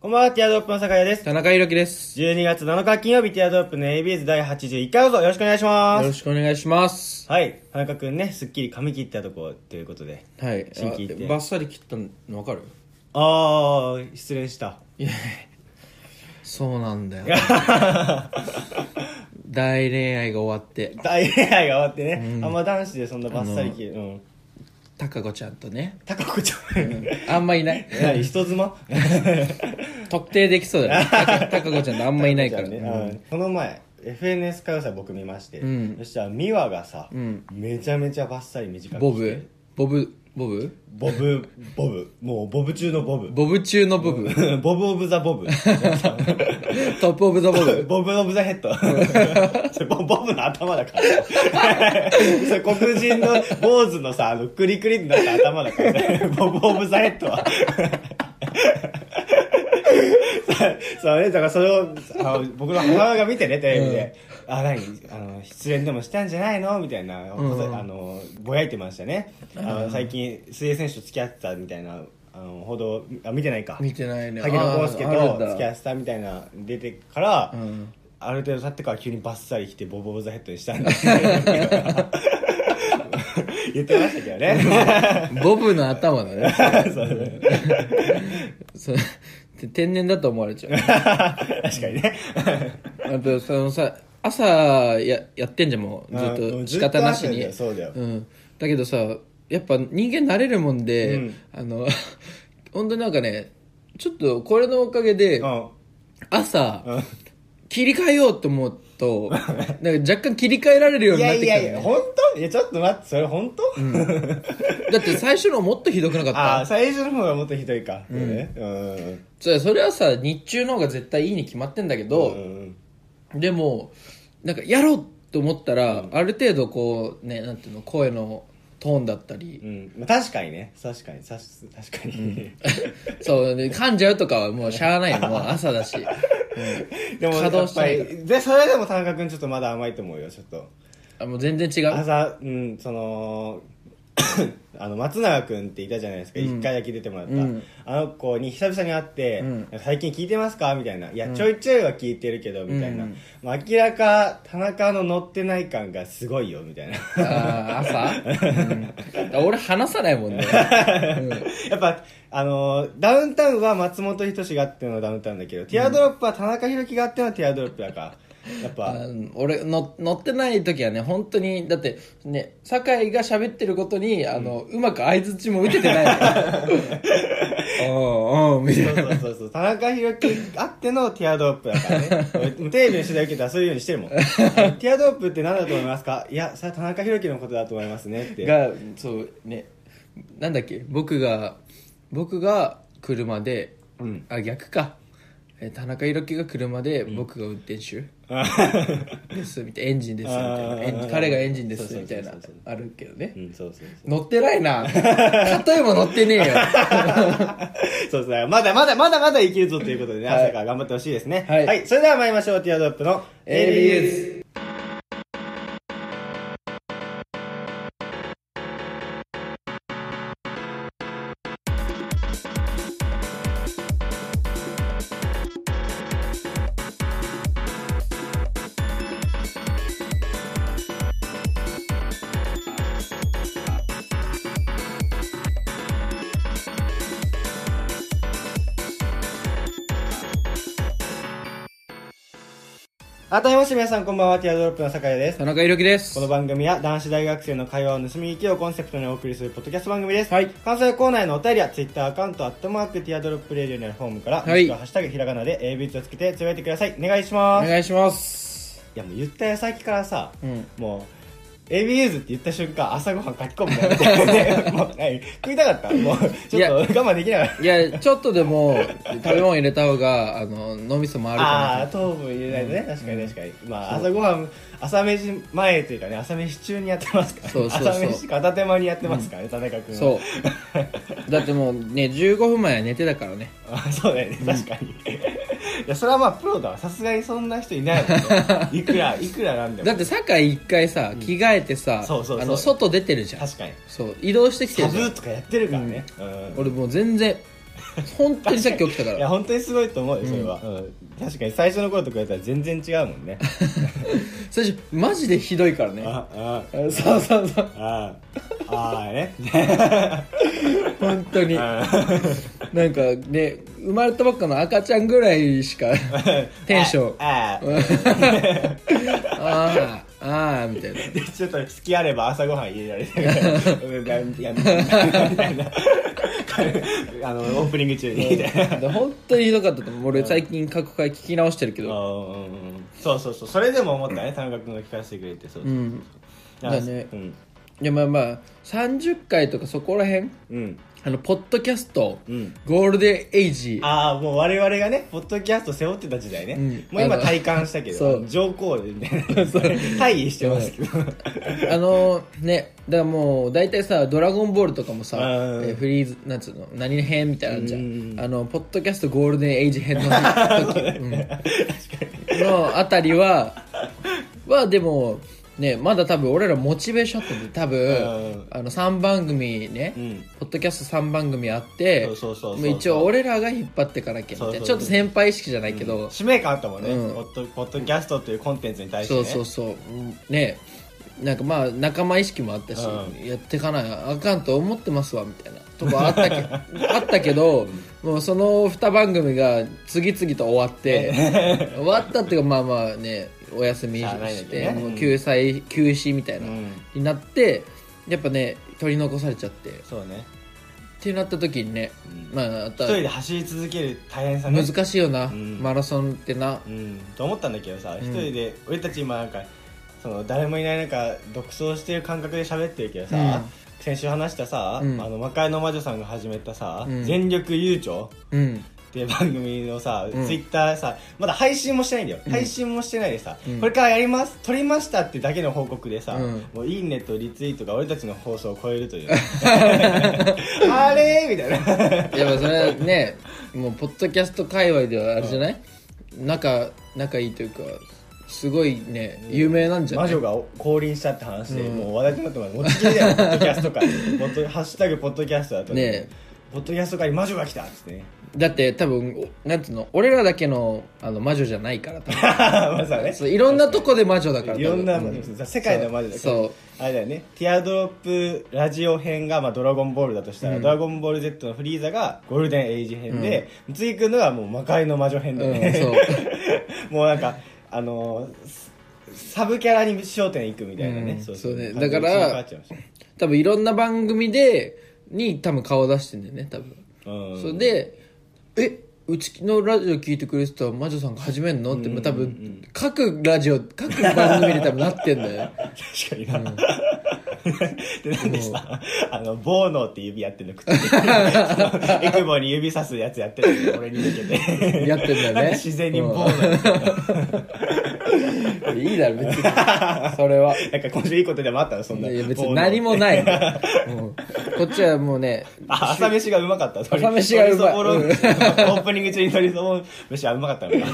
こんばんは、ティアドロップの酒屋です。田中裕樹です。 12月7日金曜日、ティアドロップの ABS 第81回放送よろしくお願いしまよろす。しくお願いします。はい、田中くんね、すっきり髪切ったとこということで。はい。新規行ってあバッサリ切ったのわかるあー、失恋した。いや、そうなんだよ。 大恋愛が終わって、大恋愛が終わってね、あんま男子でそんなバッサリ切る。うん。たかこちゃんとね、タカ子ちゃん。あんまいない。何人妻特定できそうだね。たかたかこちゃんとあんまいないから。ねうんこの前 FNS 歌謡祭僕見まして、うんそしたら美和がさ、んめちゃめちゃバッサリ短くしてボブボブボブボブボブもうボブ中のボブボブ中のボブ。 ボブ・オブ・ザ・ボブ。トップオブザボ ブ。ボブ・オブ・ザ・ヘッド。それボボブの頭だから。それ黒人の坊主のさ、あの、クリクリになった頭だからね。ボブ・オブ・ザ・ヘッドは。そうね、だからそれをあの僕の母親が見てね、テレビで。あ、何あの、失恋でもしたんじゃないのみたいな、うんあの、ぼやいてましたね。あの、最近、水泳選手と付き合ってたみたいな、あの、報道、あ、見てないか。見てないね。萩野公介あーあるとんだ付き合わせたみたいなの出てから、うんある程度経ってから急にバッサリ来てボボ・オブ・ザ・ヘッドにしたんだっ て言ってましたけどねボブの頭だね。そうねそう天然だと思われちゃう。確かにねあとそのさ朝ややってんじゃんもうずっうとん仕方なずしっと朝だよにそうだよん、だけどさやっぱ人間慣れるもんで、うんあの 本当なんかねちょっとこれのおかげでうん朝、うん切り替えようと思う となんか若干切り替えられるよういになやっていきたやのねいや本当いやちょっと待ってそれ本当、だって最初のもっとひどくなかっああた最初の方がもっとひどいか、うんね、うんそそれはさ日中の方が絶対いいに決まってんだけど、うんでもなんかやろうと思ったら、ある程度こうねなんていうの声のトーンだったりう、んまあ確かにね確かにさし確かに、そうね噛んじゃうとかはもうしゃあないのもう朝だし、 でもや稼働っしぱないりでそれでも田中君ちょっとまだ甘いと思うよちょっとあもう全然違う朝うんその あの松永君っていたじゃないですか、一1回だけ出てもらった、うんあの子に久々に会って「うんなんか最近聞いてますか?」みたいな「いやちょいちょいは聞いてるけど」みたいな、うんまあ明らか田中の乗ってない感がすごいよみたいなあー朝、うん俺話さないもんね やっぱあのダウンタウンは松本人志があってのダウンタウンだけど、ティアドロップは田中宏樹があってのティアドロップだからやっあぱー俺の乗ってない時はね本当にだってね酒井が喋ってることにあの、うまく相づちも打ててないのおうおうみたそいうなそうそうそう田中宏樹あってのティアドロップだからね 俺テレビの取材受けたらそういうようにしてるもんティアドロップって何だと思いますかいやそれは田中宏樹のことだと思いますねってがそうねなんだっけ僕が僕が車で、うんあ逆かえ田中裕樹が車で僕が運 転手あですみたいなエンジンですみたいあなーエン彼がエンジンですそうそうみそたういそうなあるけどねうんそうそう乗ってないな例えば乗って ねえよそうそうそうまだまだまだまだいけるぞということでね、はい朝から頑張ってほしいですねはいそれでは参りましょうティアドロップの ABS 改めまして皆さんこんばんはティアドロップの酒井です田中裕樹ですこの番組は男子大学生の会話を盗み聞きをコンセプトにお送りするポッドキャスト番組です。はい。関西コーナーへのお便りは Twitter アカウント、アットマーク、ティアドロップレディオにあるフォームから、はいもしくはハッシュタグひらがなで AB とつけてつぶやいてください。お願いしおます。い願いしますや、もう言った矢先からさ、うんもう、ABUs って言った瞬間、朝ごはん書き込むみた いな。もう、何食いたかったもう、いちやょっと我慢できなかった。いやちょっとでも食べ物入れた方があの脳みそ回るああかー糖分入れないとね、確かに確かに、まあ朝ごはん朝飯前というかね朝飯中にやってますから、ね、そうそうそう朝飯片手間にやってますからね、田中君らはそうだってもうね15分前は寝てたからねあ そうだよね確かに、いやそれはまあプロだわさすがにそんな人いないもん ねいくらいくらなんでだもって酒井一回さ着替えてさ、そうそうそうあの外出てるじゃん確かにそう移動してきてタるブじゃんーとかやってるからね、うん俺もう全然本当にさっき起きたか いらや本当にすごいと思うよそれは、うん確かに最初の頃と比べたら全然違うもん ね最初マジでひどいからねああそうそうそうああああね本当にあなんかね生まれたばっかの赤ちゃんぐら いしかテンションああああああみたいなでちょっと隙あれば朝ごはん入れられ てるなんてやんみたいなあのオープニング中にみたいなで本当にひどかったと思う俺最近過去回聞き直してるけうんどうんうんそうそうそうそれでも思ったね田中君が聞かせてくれてそうそううんなんかだねうんいやまあまあ30回とかそこら辺うんあのポッドキャスト、うんゴールデンエイジああもう我々がねポッドキャスト背負ってた時代ね、うんもう今あの体感したけそどう上皇でみたいな会議してますけどあのねだからもう大体さ「ドラゴンボール」とかもさ、うんえーフリーズなんつうの何編みたいなのあるじゃん、うんあのポッドキャストゴールデンエイジ編 の時、うん、のあたりははでもねまだ多分俺らモチベーションあって多分、うんあの3番組ね、うんポッドキャスト3番組あってそうそうそうそうもう一応俺らが引っ張ってかなきゃみたいなそうそうちょっと先輩意識じゃないけど、使命感あったもんね、うんポッドポッドキャストというコンテンツに対して、そね、うそうそううんねなんかまあ仲間意識もあったし、うやってかなあかんと思ってますわみたいなとこあったけ あったけどもうその2番組が次々と終 わって終わったっていうかまあまあねお休みしゃあないんだしけてどねもう救済休止みたいな、うんになってやっぱね取り残されちゃってっそうねてなった時にね、うんまああと一は人で走り続ける大変さね難しいよな、んマラソンってな、うんと思ったんだけどさ一人で俺たち今なんかその誰もいない中独走してる感覚で喋ってるけどさ、先週話したさ、うんあの魔界の魔女さんが始めたさ「うん全力悠長」うんっていう番組のさ、うんツイッターさまだ配信もしてないんだよ、配信もしてないでさ、うんこれからやります撮りましたってだけの報告でさ、うんもういいねとリツイートが俺たちの放送を超える というあれーみたいなやっぱそれはねもうポッドキャスト界隈ではあれじゃない、仲仲いいというかすごいね有名なんじゃ魔ない、女が降臨したって話で、もう話題になってます持ちきりだよポッドキャスト界ポッドハッシュタグポッドキャストだとねえポッドキャスト界に魔女が来たっつって ねだって多分おなんつうの俺らだけのあの魔女じゃないから多分まさ ねそういろんなとこで魔女だから多分いろんな、う世界の魔女だけそうどあれだよねティアドロップラジオ編が、まあ、ドラゴンボールだとしたら、ドラゴンボール Z のフリーザがゴールデンエイジ編で、次行くのはもう魔界の魔女編だようんそね、 もうなんかあのーサブキャラに焦点いくみたいなね、うんそうね感じでだから切り替わっちゃいましたね多分いろんな番組でに多分顔出してんだよね多分、うんそれで「えうちのラジオ聞いてくれてた魔女さんが始めんの?」って多分各ラジオ各番組で多分なってんだよ確かにな。 で、なんでさ、あの、ボーノーって指やってるのくっ ついてエクボに指さすやつやってるの俺に向けて。やってんだよねなんか自然にボーノーいいだろ別にそ れはなんか今週いいことでもあったのそんな。いや別ボーにノーって何 もない、うんこっちはもうねあ、朝飯がうまかった。朝飯がうま鶏いそぼろオープニング中に鶏そぼろ飯はうまかった のか。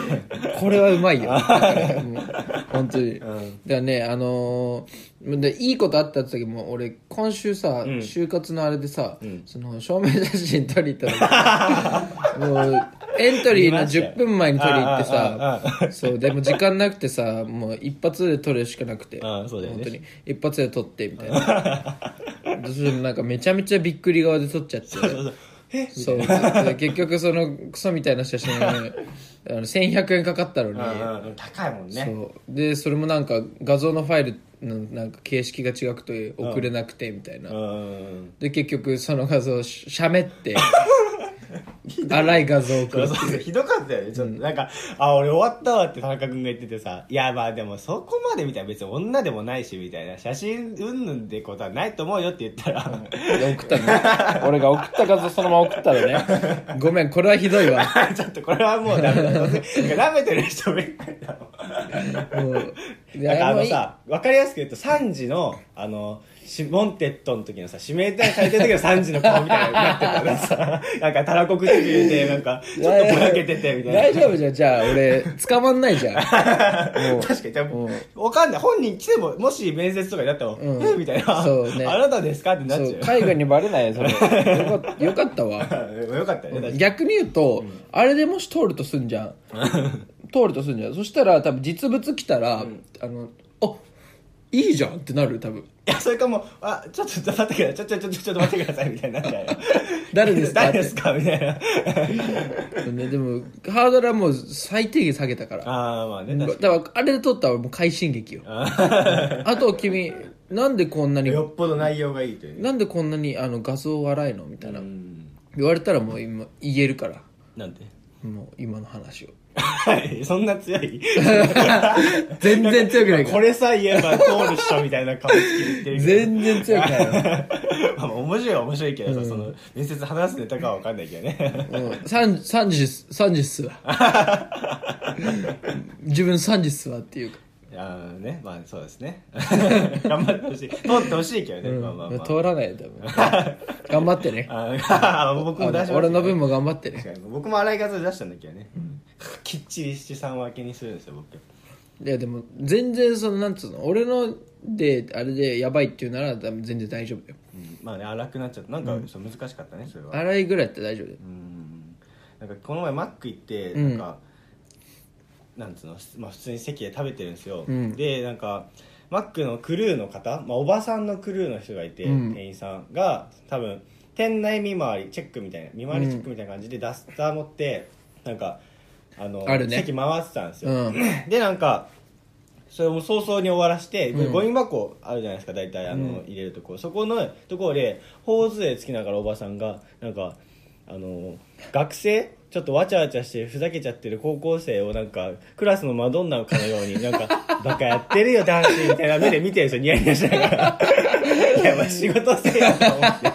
これはう まいよだからもう本当に、だからねあのーでいいことあったって時も俺今週さ、ん就活のあれでさ、その証明写真撮りに行った のもうエントリーの10分前に撮りに行ってあああさそうでも時間なくてさもう一発で撮るしかなくてああそうだよね本当に一発で撮ってみたいなでそれでなんかめちゃめちゃびっくり顔で撮っちゃってそうそうそうえそうで結局そのクソみたいな写真がねあの1100円かかったのに、うんうん高いもんね。そうでそれもなんか画像のファイルのなんか形式が違くて送れなくてみたいな、うん。で結局その画像ししゃべって 荒い画像を送そうるそうそう ひどかったよねちょっとなんか、あ俺終わったわって田中君が言っててさいやまあでもそこまでみたいな別に女でもないしみたいな写真うんぬんってことはないと思うよって言ったら、で送ったの俺が送った画像そのまま送ったのねごめんこれはひどいわ ちょっとこれはもうダメだなんか舐めてる人ばっかりだもんもういなんかやあもうのいいさ分かりやすく言うと3時のあのしモンテッドの時のさ指名手配されてる時の3時の顔みたいになってたから さなんかたらこ口言うてなんかちょっとぼやけててみたいな大丈夫じゃんじゃあ俺捕まんな いじゃんもう確かに、でもうん、わかんない。本人来ても、もし面接とかになったら、んえみたいな。そうねあなたですかってなっそちうゃ海外にバレないよそれよかよかったわう。 よかったね、確か逆に言うと、あれでもし通るとすんじゃん通るとすんじゃんそしたら多分実物来たら、あのあいいじゃんってなる多分いや、それかもう、あ、ちょっと、ちょっと待ってください。ちょ、ちょ、ちょ、ちょっと待ってください。みたいになっちゃうよ 誰ですか誰ですかみたい な。ね、でもハードルはもう最低限下げたからあー、まあね、だ確かからあれで撮ったらもう快進撃よあと君なんでこんなに。によっぽど内容がいいというね。なんでこんなにあの画像荒いのみたいなうん言われたらもう今言えるからなんでもう今の話を そんな強い全然強くないかこられさえ言えば通るっしょみたいな顔つきで言ってるけど全然強くないわ まあ面白いは面白いけどさ、その面接話すネタかは分かんないけどねうん3時3時っす3時 っすわ自分3時っすわっていうかああねまあそうです ね頑張ってほしい通ってほしいけどね、まあまあまあ通らないよ 多分頑張ってねあー 僕も出しました俺の分も頑張ってね確かに僕も洗い方出したんだけどね、きっちり七三分けにするんですよ僕いやでも全然そのなんつうの俺のであれでやばいっていうなら多分全然大丈夫だようんまあね荒くなっちゃったなんか、そう難しかったねそれは洗いぐらいだって大丈夫だようんなんかこの前マック行ってうんなんか、なんつうの、まあ、普通に席で食べてるんですよ、うんでなんかマックのクルーの方、まあ、おばさんのクルーの人がいて、うん店員さんが多分店内見回りチェックみたいな見回りチェックみたいな感じでダスター持ってなんかあのあるね席回ってたんですよ、うんでなんかそれも早々に終わらして、うんゴミ箱あるじゃないですか大体あの、うん入れるとこそこのところで頬杖つきながらおばさんがなんかあの学生ちょっとわちゃわちゃしてふざけちゃってる高校生をなんかクラスのマドンナかのようになんか バカやってるよ男子みたいな目で見てるんですよニヤニヤしなが らいやまあ仕事せえよと思って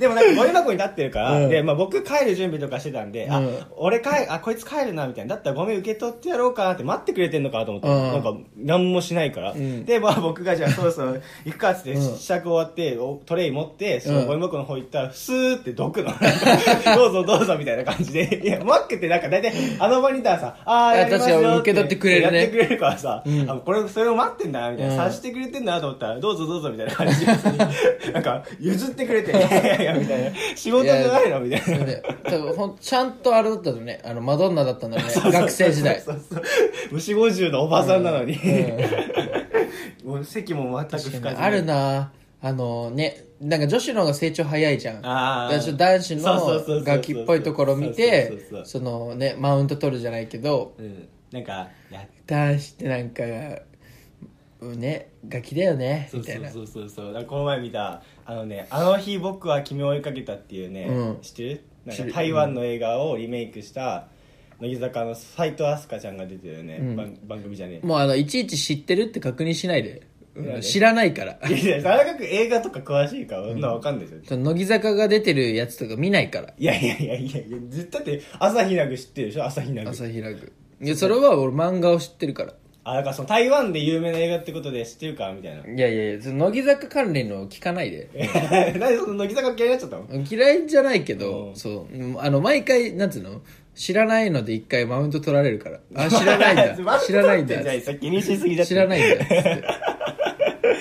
でもなんかゴミ箱に立ってるから、うんで、まあ、僕帰る準備とかしてたんで、あうん俺帰あこいつ帰るなみたいなだったらゴミ受け取ってやろうかなって待ってくれてんのかなと思って、うんなんか何もしないから、うんでまあ僕がじゃ あそろそろ行くかっつってうん試着終わっておトレイ持ってそのうんゴミ箱の方行ったらスーってどくの どうぞどうぞみたいな感じでいやマックってなんか大体あの場にいたらさあああやりますよ確かに受け取ってくれるねやってくれるからさ、うんあこれそれを待ってんだなみたいな、うん察してくれてんだなと思ったらどうぞどうぞみたいな感じ でなんか譲ってくれていやいやみたいな仕事じゃないのみたいなそ れで多分ほんちゃんとあれだったのねあのマドンナだったんだね学生時代そうそう虫50のおばさんなのに、 もう席も全く確吹かかにずあるなあのねなんか女子の方が成長早いじゃんあーだからちょっと男子そうそうそうそうのガキっぽいところ見そうそうそうそてうそのねマウント取るじゃないけどうんなんかや男子ってなんかうんねガキだよねそみうたそいうなそうそうそうだからこの前見たあのね「あの日僕は君を追いかけた」っていうね、うん知ってるなん知かる台湾の映画をリメイクした乃木坂の斎藤飛鳥ちゃんが出てるね、番番組じゃねえもうあのいちいち知ってるって確認しないで、なんで知らないからいやいや田中君映画とか詳しいからそんなわかんないですよ、その乃木坂が出てるやつとか見ないからいやいやいやいやいや絶対だって朝日奈ぐ知ってるでしょ朝日奈ぐ朝日ラグいやそれは俺漫画を知ってるからあだからその台湾で有名な映画ってことで知ってるかみたいないやいやいやその乃木坂関連のを聞かないで なんでその乃木坂嫌いになっちゃったの嫌いじゃないけうどんそううんあの毎回なんつうの知らないので一回マウント取られるからあ 知らない んだ知らないんだじゃあさ気にしすぎだって知らないんだっつって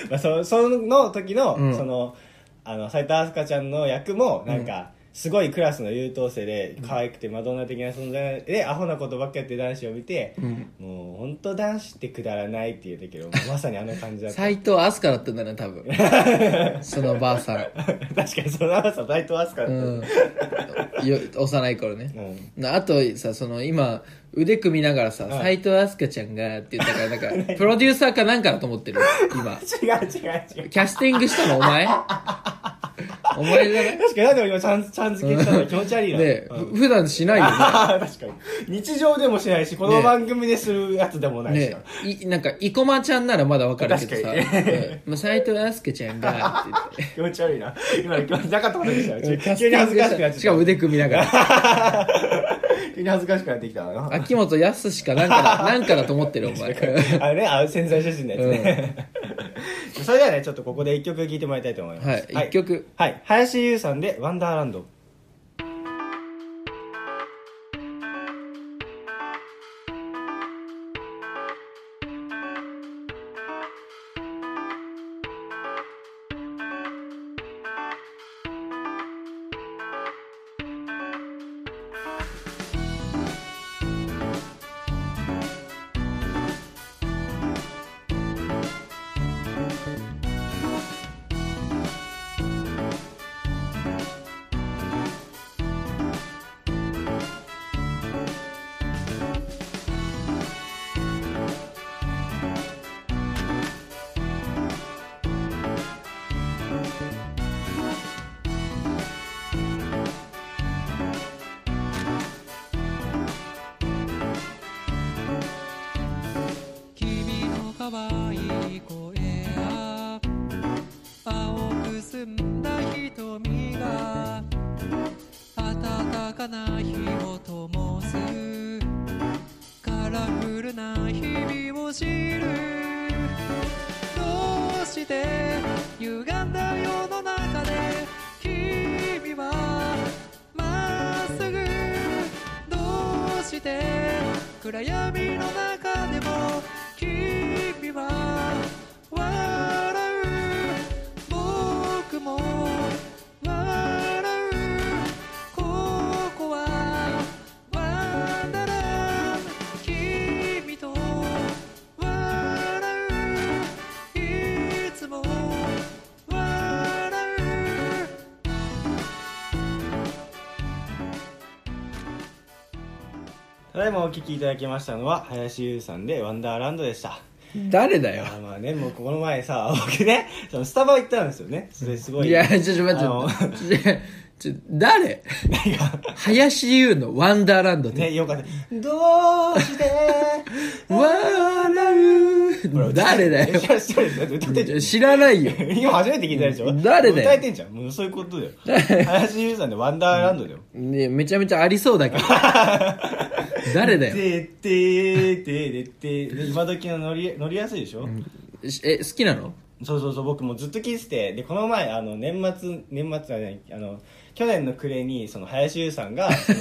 まあ、そその時の、うんそのあの斉藤飛鳥ちゃんの役もなんか、すごいクラスの優等生で可愛くてマドンナ的な存在でアホなことばっかやってる男子を見て、もう本当男子ってくだらないって言うたけど まさにあの感じだった斎藤飛鳥だったんだ な多分そのばあさん確かにその朝斉藤飛鳥だった、うん、よ幼い頃 ね、なあとさその今腕組みながらさは斎、藤飛鳥ちゃんがって言ったからなんかプロデューサーかなんかだと思ってる今違う違う違うキャスティングしたのお前お前じゃない確かになんで俺今ちゃんちゃん付けしたの気持ち悪いな、ねうんふ普段しないよあー 確かに日常でもしないしこのね番組でするやつでもないしねな、いなんか生駒ちゃんならまだわかるけどさ確かにうんまあ斎、藤飛鳥ちゃんがって言って気持ち悪いな今の気持ちなかったことでしたよキャ ス急テにィン恥グずかしくなっちゃっしたしかも腕組みながら 急に恥ずかしくなってきたわ な秋元 康しかなんかだなんかだと思ってるお前あれねあの潜在写真のやつね、 それではねちょっとここで一曲聴いてもらいたいと思いますはい、一曲。はい林優さんで「ワンダーランド」君の可愛い声や青く澄んだ瞳が暖かな火を灯すカラフルな日々を知るどうして歪んだ世の中で君はまっすぐどうして暗闇の中でも君は笑う僕も笑うここはワンダーランド君と笑ういつも笑うただいまお聴きいただきましたのは林優さんで「ワンダーランド」でした誰だよ。あーまあねもうこの前さ僕ねそのスタバ行ったんですよねそれすごいいや、ちょっとあの待って。 ちょ、ちょ誰林優のワンダーランドって。ねよかったどう して笑う。誰だよ。知らないですよ歌ってんじゃん知らないよ。今初めて聞いたでしょ誰だよ歌えてんじゃんもうそういうことだよ林優さんで「ワンダーランド」だよね、めちゃめちゃありそ うだけど。誰だよ。でててでてで今時の乗り乗りやすいでしょ、しえ、好きなのそうそうそう僕もずっと聞いててでこの前あの年末年末じゃないあの去年の暮れにその林優さんがその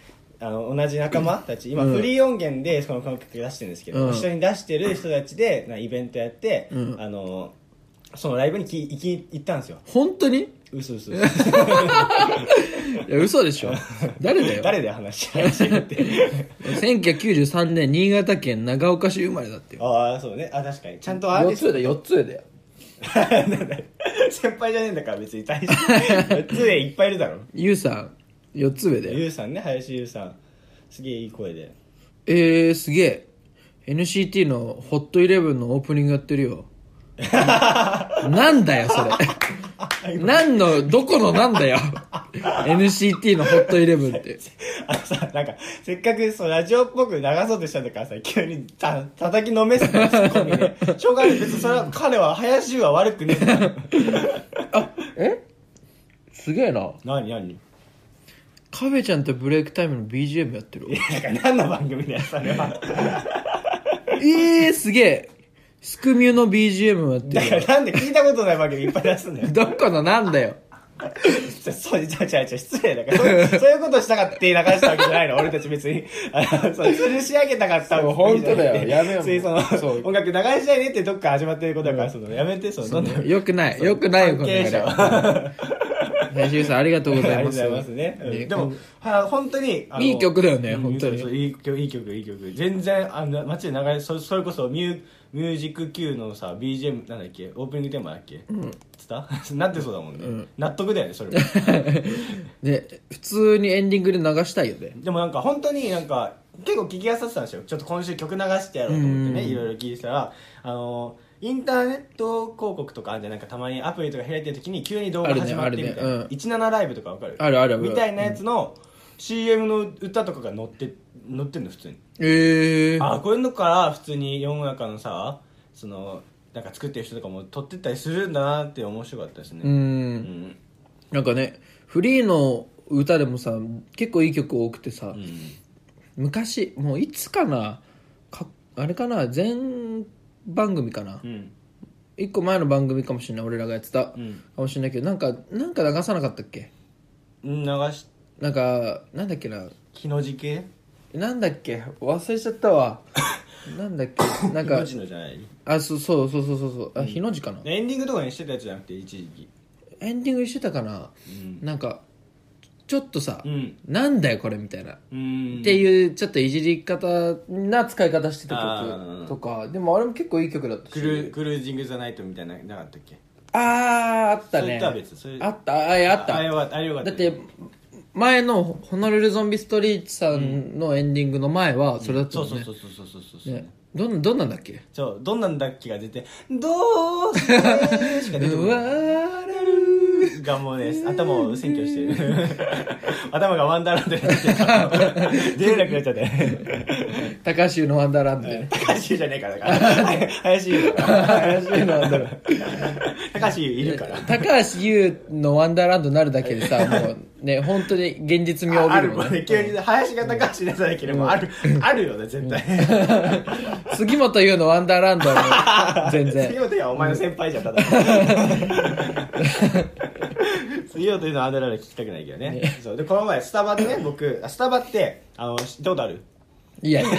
あの同じ仲間たち今うんフリー音源でそのこの曲出してるんですけど、うん一緒に出してる人たちでなイベントやって、うんあのそのライブにき行き行ったんですよ本当に嘘嘘いや嘘でしょ。誰だよ。誰だよ話林優って 1993年、新潟県長岡市生まれだってよ。ああそうねあ確かにちゃんとアーテ4ィストつだよ、4つだよ。 先輩じゃねえんだから別に大 して杖いっぱいいるだろゆうさん、4つ上だよ。ゆうさんね林ゆうさんすげえいい声でえー、すげえ NCT のホットイレブンのオープニングやってるよ なんだよそ れ何のどこのなんだよ NCT のホットイレブンってあのさ、なんか、せっかくそうラジオっぽく流そうとしたんだからさ、急にた叩きのめすから、ツッコミで。しょうがない、別にそれは、彼は、林は悪くねえんだ。すげえな何、何 カベちゃんとブレイクタイムの BGM やってるなんか、何の番組だよ、それは。えー、すげえスクミュの BGM もやってだるから、なんで聞いたことない番組いっぱい出すんだよ。 どこのなんだよちょそう、ちゃちゃちゃ、失礼だからそういう、そういうことしたかって流したわけじゃないの、俺たち別に。あの、そう、吊るし上げたかったそう本当だよやめようついその、そう音楽流したいねってどっか始まってることだから、その、やめて、その、どんどんよくないよくないよこの流れ関林優さんありがとうございま すありがとうございますね。うんねでも、は本当に。あのいい曲だよねうん本当にそうそういい曲、いい曲、いい曲。全然、あの、街で流れ、そそれこそミュ、ミュージック Q のさ、BGM、なんだっけ、オープニングテーマだっけうん。つった なってそうだもんね。納得だよね、それ も。ね普通にエンディングで流したいよねでもなんか本当になんか結構聞きやすかったんですよちょっと今週曲流してやろうと思ってねうんいろいろ聞いてたらあのインターネット広告とかあるじゃんなんかたまにアプリとか開いてる時に急に動画始まってみたいあるねあるな、ねうん17ライブとかわかるあるあるあるみたいなやつの CM の歌とかが載って載ってんの普通にええー、あこういうのから普通に世の中のさそのなんか作ってる人とかも撮ってったりするんだなって面白かったですねううんんなんかねフリーの歌でもさ結構いい曲多くてさ、うん昔もういつかなかあれかな全番組かな、うん一個前の番組かもしれない俺らがやってた、うんかもしれないけどなんかなんか流さなかったっけうん流しなんかなんだっけな木の字系なんだっけ忘れちゃった わなんだっけなん木かの字のじゃないあそうそうそうそうそうそうあ日の字かな、エンディングとかにしてたやつじゃなくて一時期エンディングしてたかな、なんかちょっとさ、うんなんだよこれみたいな、うんっていうちょっといじり方な使い方してたあー曲とかでもあれも結構いい曲だったクしルクルージング・ザ・ナイトみたいななかったっけあああったそれねとは別それあったあいやあったあれはあれよかっただって前のホノルルゾンビストリートさんのエンディングの前はそれだったそもうんそうねそうそうそうそうそう、ねどんどんなんだっけそうどんなんだっけが出て「どう して」しか出てこうないわーらるがもうね頭を占拠して る頭がワンダーランドになってる出れなくなっちゃってー高橋優のワンダーランドでね高橋優じゃねえからだから林優だから高橋優のワンダーランド高橋優いるから高橋優のワンダーランドになるだけでさもうね本当に現実味をあ帯びるるももんんねね急に林が高橋出さなければあるあるよね絶対杉本優のワンダーランドは もう 全杉然本はお前の先輩じゃんただ 杉本というのはあだ名で聞きたくないけどねそうでこの前スタバでね僕あスタバってあの知ったことあるいやいや、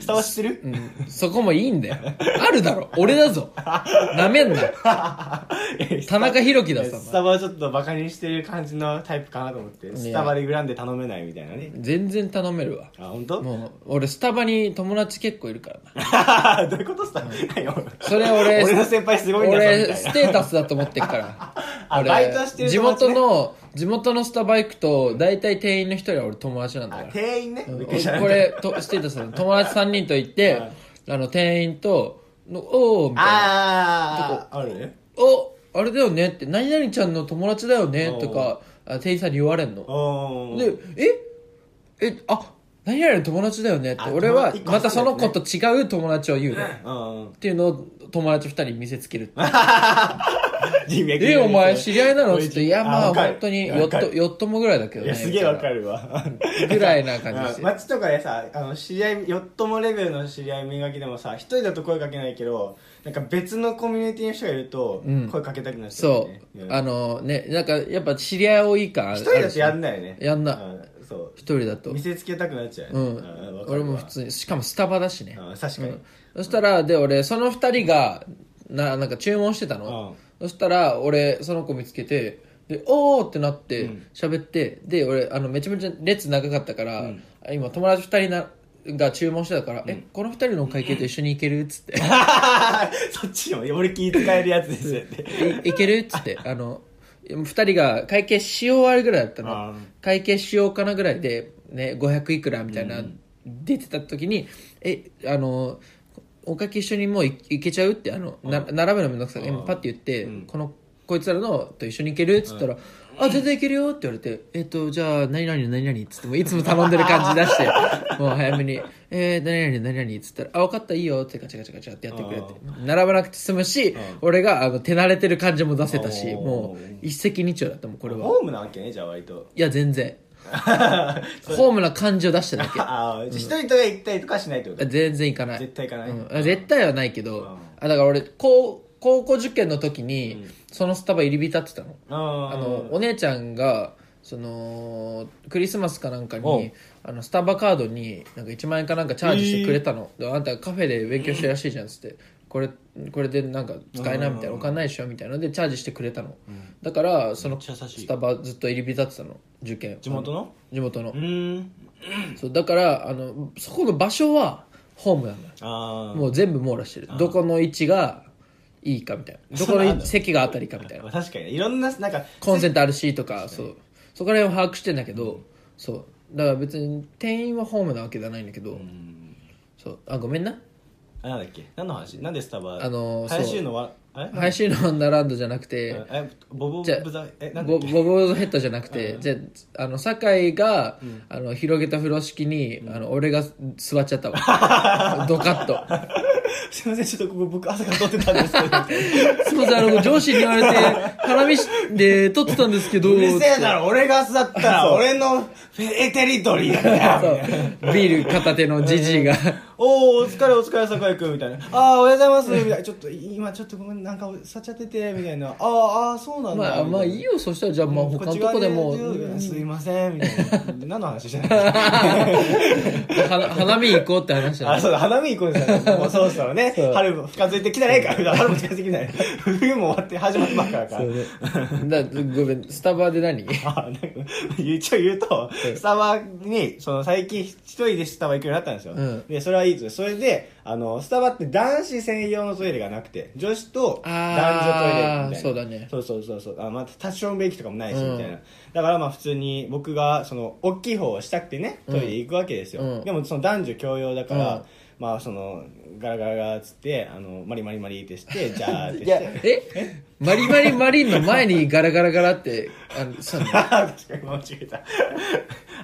スタバ知ってる、うん、そこもいいんだよあるだろ俺だぞなめんな 田中裕樹だぞお前スタバをちょっとバカにしてる感じのタイプかなと思ってスタバでグランデ頼めないみたいなね全然頼めるわあ本当？もう俺スタバに友達結構いるから などういうことスタバそれ俺俺の先輩すごいんだぞみたい俺なステータスだと思ってるから あ俺バイトしてる地友達元ねの地元のスタバ行くと大体店員の一人は俺友達なんだあから店員ねびっくりしたこれとステータスだ友達3人と行ってあの店員とのおおみたいな あああるおあれだよねって何々ちゃんの友達だよねおとかあ店員さんに言われんのおーで、ええ、あ、何々の友達だよねって、あ俺友は達一、個またその子と違う友達を言うの。っうんていうのを友達二人に見せつける。人脈え、お前知り合いなのっつって、いや、まあわかる本当に、よわっかと、るよっともぐらいだけどいね。やすげえわかる。るわ ぐらいな感じであす街とかでさあの知り合いよっともレベルの知り合い磨きでもさ一人だと声かけないけどなんか別のコミュニティの人がいるとん声かけたくなっちゃうよそね、う。んあのね、なんか、やっぱ知り合い多い感ある一人だとやんなないよねやんなうんそう一人だと見。せつけたくなっちゃううよねあんわ。かる俺わも普通に、しかもスタバだしね。あ確かにそしたら、で、俺、その二人が、な、なんか注文してたの。そしたら、俺、その子見つけて、で、おーってなって、喋って、で、俺、あの、めちゃめちゃ列長かったから、あ今、友達二人な、が注文してたから、え、この二人の会計と一緒に行けるっつって、 そっちも俺気使えるやつですってい行けるっつって、あの、二人が会計し終わるぐらいだったあのー。会計しようかなぐらいで、ね、500いくらみたいな、出てた時に、え、あの、おかき一緒にもうい行けちゃうって、あの、な並ぶのめんどくさい。今パッて言って、この、こいつらのと一緒に行けるっつったら、あ、全然行けるよって言われて、えっと、じゃあ、何々何々っつって、もういつも頼んでる感じ出して、もう早めに、えー、何々何々っつったら、あ、分かった、いいよってガチャガチャガチャってやってくれて、並ばなくて済むし、俺が、あの、手慣れてる感じも出せたし、おーもう、一石二鳥だったもん、これは。ホームなわけねじゃあ割といや、全然。あホームな感じを出しただけ。 あ一人とか行ったりとかしない ってこと全然行かない。絶対行かないうんあ絶対はないけど、んあだから俺、高高校受験の時に、そのスタバ入り浸ってたの。ああの、お姉ちゃんが、その、クリスマスかなんかおにう、あの、スタバカードに、なんか1万円かなんかチャージしてくれたの。であんたカフェで勉強してるらしいじゃんっつって。これ、これでなんか使えないみたいな、お金ないでしょみたいなので、チャージしてくれたの。だから、その、めっちゃ優しいスタバずっと入り浸ってたの。受験。地元の地元のう。ーんそうだからあのそこの場所はホームなのよあもう全部網羅してるどこの位置がいいかみたいなどこ そうなんのだ席が当たりかみたいなあ確かにいろんななんかコンセントあるしとかそうそこら辺を把握してんだけど、そうだから別に店員はホームなわけじゃないんだけど、そうあごめんなあなんだっけ何の話なんでスタバあのー林修のわあれ配信のワンダーランドじゃなくて、えボボじゃあブザえなんだボっけボボーズヘッドじゃなくて、じゃああの酒井が、あの広げた風呂敷に、あの俺が座っちゃった わドカッと すいませんちょっとここ僕朝から撮ってたんですけど すみません、あの、上司に言われて、花見で撮ってたんですけど、うるせえだろ俺が座ったら俺のフェテリトリーだよ そうビール片手のジジイが、おおお疲れお疲れ酒井君」みたいな「ああおはようございます」みたいな「ちょっと今ちょっとごめんなんか触っちゃってて」みたいな「あああーそうなんだ」まあまあいいよそしたらじゃあまあ他のとこでもうすいません」みたいな何の話じゃない花花見行こうって話だ あ、ねそうだ、花見行こうですよ。も うそろそろねそう、春も近づいてきてないから、春も近づいてきて ない。冬も終わって始まるばっかだから。だごめんスタバで何 あなんか一応言うと、スタバに、その最近一人でスタバ行くようになったんですよ。うんで、それはいいです。それで、あの、スタバって男子専用のトイレがなくて、女子と男女トイレみたいあーな。そうだねそうそうそうそう。あ、まあ、タッションブレーキとかもないし、うんみたいな。だからまあ普通に僕が、その、大きい方をしたくてね、トイレ行くわけですよ。うんでもその男女共用だから、うんまあその、ガラガラガラっつって、あの、マリマリマリって して、じゃーっていしやて。えマリマリマリンの前にガラガラガラってあのしたの 確かに間違えた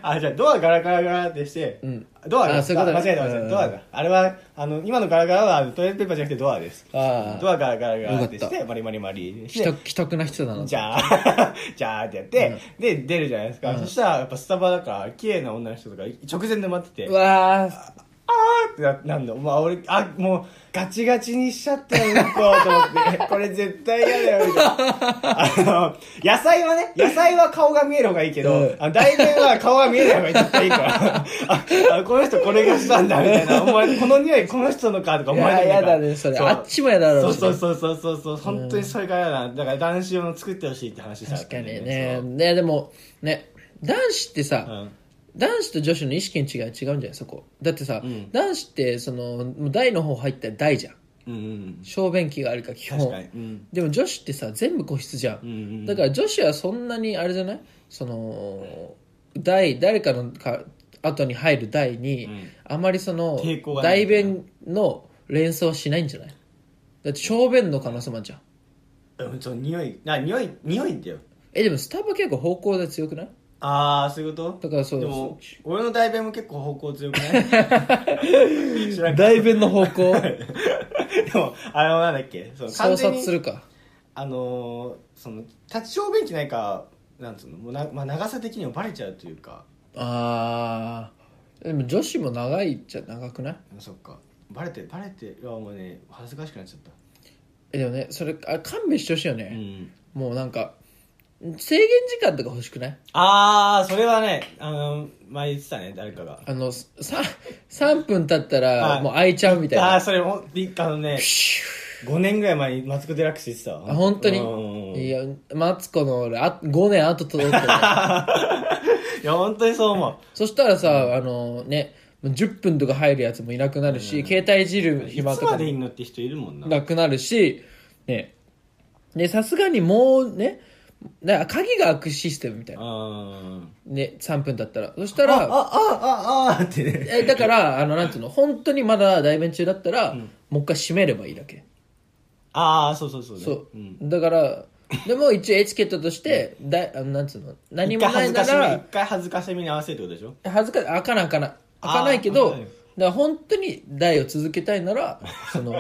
あじゃあドアガラガラガラってして、うんドアがあそういうことね間違えた間違えうたんドアがあれはあの今のガラガラはトイレットペーパーじゃなくてドアですあードアガラガラガラってしよてマリマリマリ既得既得な人だなじゃ あじゃあってやって、で出るじゃないですか、そしたらやっぱスタバだから綺麗な女の人とか直前で待っててうわーあーってななんの、まあ、俺あもうガチガチにしちゃったよ向こうと思って これ絶対嫌だよみたいなあの野菜はね野菜は顔が見える方がいいけど、うんあの大便は顔が見えない方が絶対いいからああこの人これがしたんだみたいな思われこの匂いこの人のかとかい思われやてるやからだねそれうあっちもやだろそううしそうそうそうそうそう本当にそれが嫌だだから男子用の作ってほしいって話した確かにねねでもね男子ってさ、うん男子と女子の意識の違いは違うんじゃないそこだってさ、うん男子ってそのもう台の方入ったら台じゃんうんうん小便器があるから基確か本にうんでも女子ってさ全部個室じゃん、うんうんだから女子はそんなにあれじゃないその台誰かのか後に入る台に、うんあまりその抵抗がない代弁の連想はしないんじゃないだって小便の可能性もあるじゃんうんそう匂いな匂い匂いだよえでもスタバ結構方向で強くないああそういうことだからそうでも俺の代弁も結構方向強くない 知らんけど代弁の方 向でもあれはなんだっけその創完全作にするかあのーその立ち小便器ないからなんつうのもうな、まあ、長さ的にもバレちゃうというかあーでも女子も長いっちゃ長くないそっかバレてバレていやもうね恥ずかしくなっちゃっえでもねそれあ勘弁してほしいよた、ね、ん、もうなんか制限時間とか欲しくないああそれはねあの前言ってたね誰かがあのさ3分経ったあらもう開いちゃうみたいああなーそれほんあのねピシュ5年ぐらい前にマツコ・デラックス言ってたわあ本当にうんうんうんいやマツコの俺あ5年後届 くよねいや本当にそう思うそしたらさあのねもう10分とか入るやつもいなくなるし、携帯いじるいつ暇とまかでいんものって人いるもんななくなるしねでさすがにもうねだから鍵が開くシステムみたいなあね、3分だったら。そしたああら、あああってねえだから、あの、なんていうの、本当にまだ代弁中だったら、もう一回閉めればいいだけ。ああそうそうそうねそう。んだから、でも一応エチケットとして、だいあのなんつうの、何一も回恥ないずなかしみら一、回恥ずかしみに合わせるってことでしょ恥ずかしい、開かない開かない。あー開かないけど、開だかかないら本当に台を続けたいなら、その、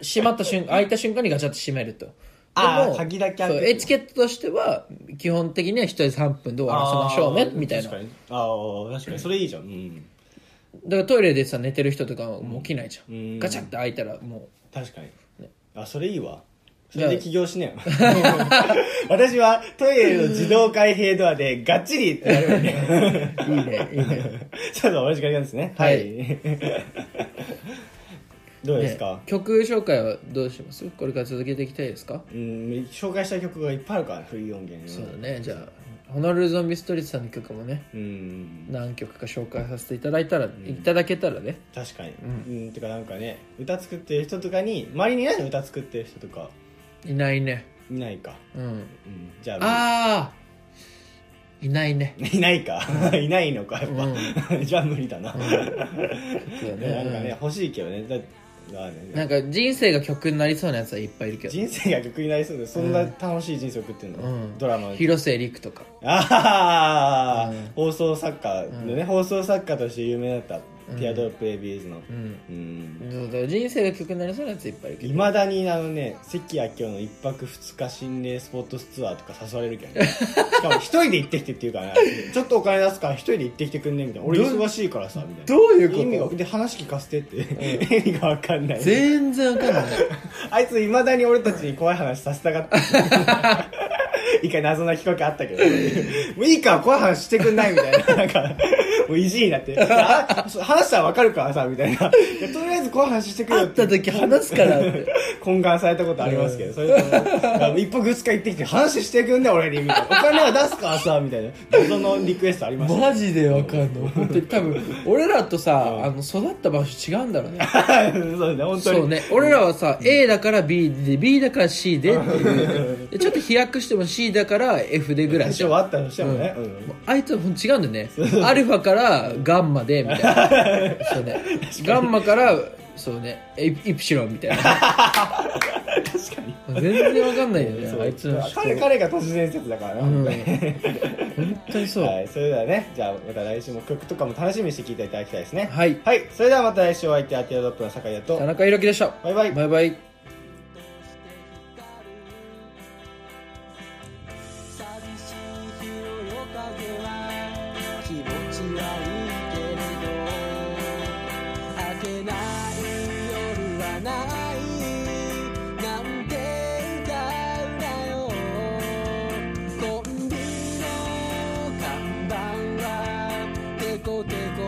閉まった瞬間、開いた瞬間にガチャッと閉めると。あーでも鍵だけ開そけうてエチケットとしては、基本的には一人3分で終わらせましょうね、みたいな。あだーか確かにああ確かにそれいいじゃんうんらトイレでさ、寝てる人とかはもう起きないじゃん。うんガチャって開いたら、もう、確かにあそれいいわそじゃれあで起業しねえよ私はトイレの自動開閉ドアでガッチリってやるわねいいね、いいね。ちょっとお時間ですねはいどうですかね曲紹介はどうしますこれから続けていきたいですか、うん紹介した曲がいっぱいあるからフリー音源そうだね、じゃあ、ホノルルゾンビストリートさんの曲もね、うん何曲か紹介させていただいたら、いただけたらね、確かに、うんてかなんかね歌作ってる人とかに周りにいないの歌作ってる人とかいないね。いないか、うん。うん、じゃああー、いないね。いないかいないのかやっぱ、 じゃあ無理だな、そうだねなんかねね欲しいけどねだまあねうんなんか人生が曲になりそうなやつはいっぱいいるけど。人生が逆になりそうでそんな楽しい人生送ってんの、うんドラマ広瀬陸とか。ああ、うん放送作家のね、放送作家として有名だったティアドロップレビューズのうんうんそうだ人生が曲になりそうなやついっぱいいるけどいまだにあのね関明夫の一泊二日心霊スポットツアーとか誘われるけどねしかも一人で行ってきてっていうから、ね、ちょっとお金出すから一人で行ってきてくんねみたいな俺どう忙しいからさみたいなどういうこと意味がで話聞かせてって、意味が分かんない全然わかんないあいついまだに俺たちに怖い話させたがって 一回謎な聞こえあったけど、もういいから怖い話してくんないみたいな、なんか、もう意地になって、あ話したらわかるからさ、みたいな。いやとりあえず怖い話してくれよ会った時話すからって 懇願されたことありますけど、それとも、あの一泊二日行ってきて話してくんね、俺に、みたいな。お金は出すからさ、みたいな。謎のリクエストありました。マジでわかんない本当に多分俺らとさあの育った場所違うんだろ うね そうね、本当に。そうね俺らはさ A だから B で B だから C でっていうでちょっと飛躍しても C だから F でぐらい一じゃ応んあったとしてもね。うんもうあいつはほんと違うんだよねアルファからガンマでみた いなそうねガンマからそうねエイプシロンみたいな確かに。全然わかんないよそねうあいつの思考彼彼が都市伝説だからな、うん本当に本当にそうはい、それではね、じゃあまた来週も曲とかも楽しみにして聴いていただきたいですね。はいはい、それではまた来週お相手アティアドロップの酒井だと田、中裕樹でしたバイバイ。バイバイ寂しい日の夜風は気持ちはいいけれど明けない夜はないなんて歌うなよコンビの看板はテコテコ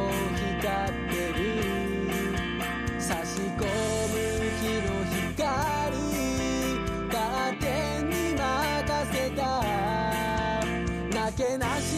光ってる差し込む日の光勝手に任せたなけなし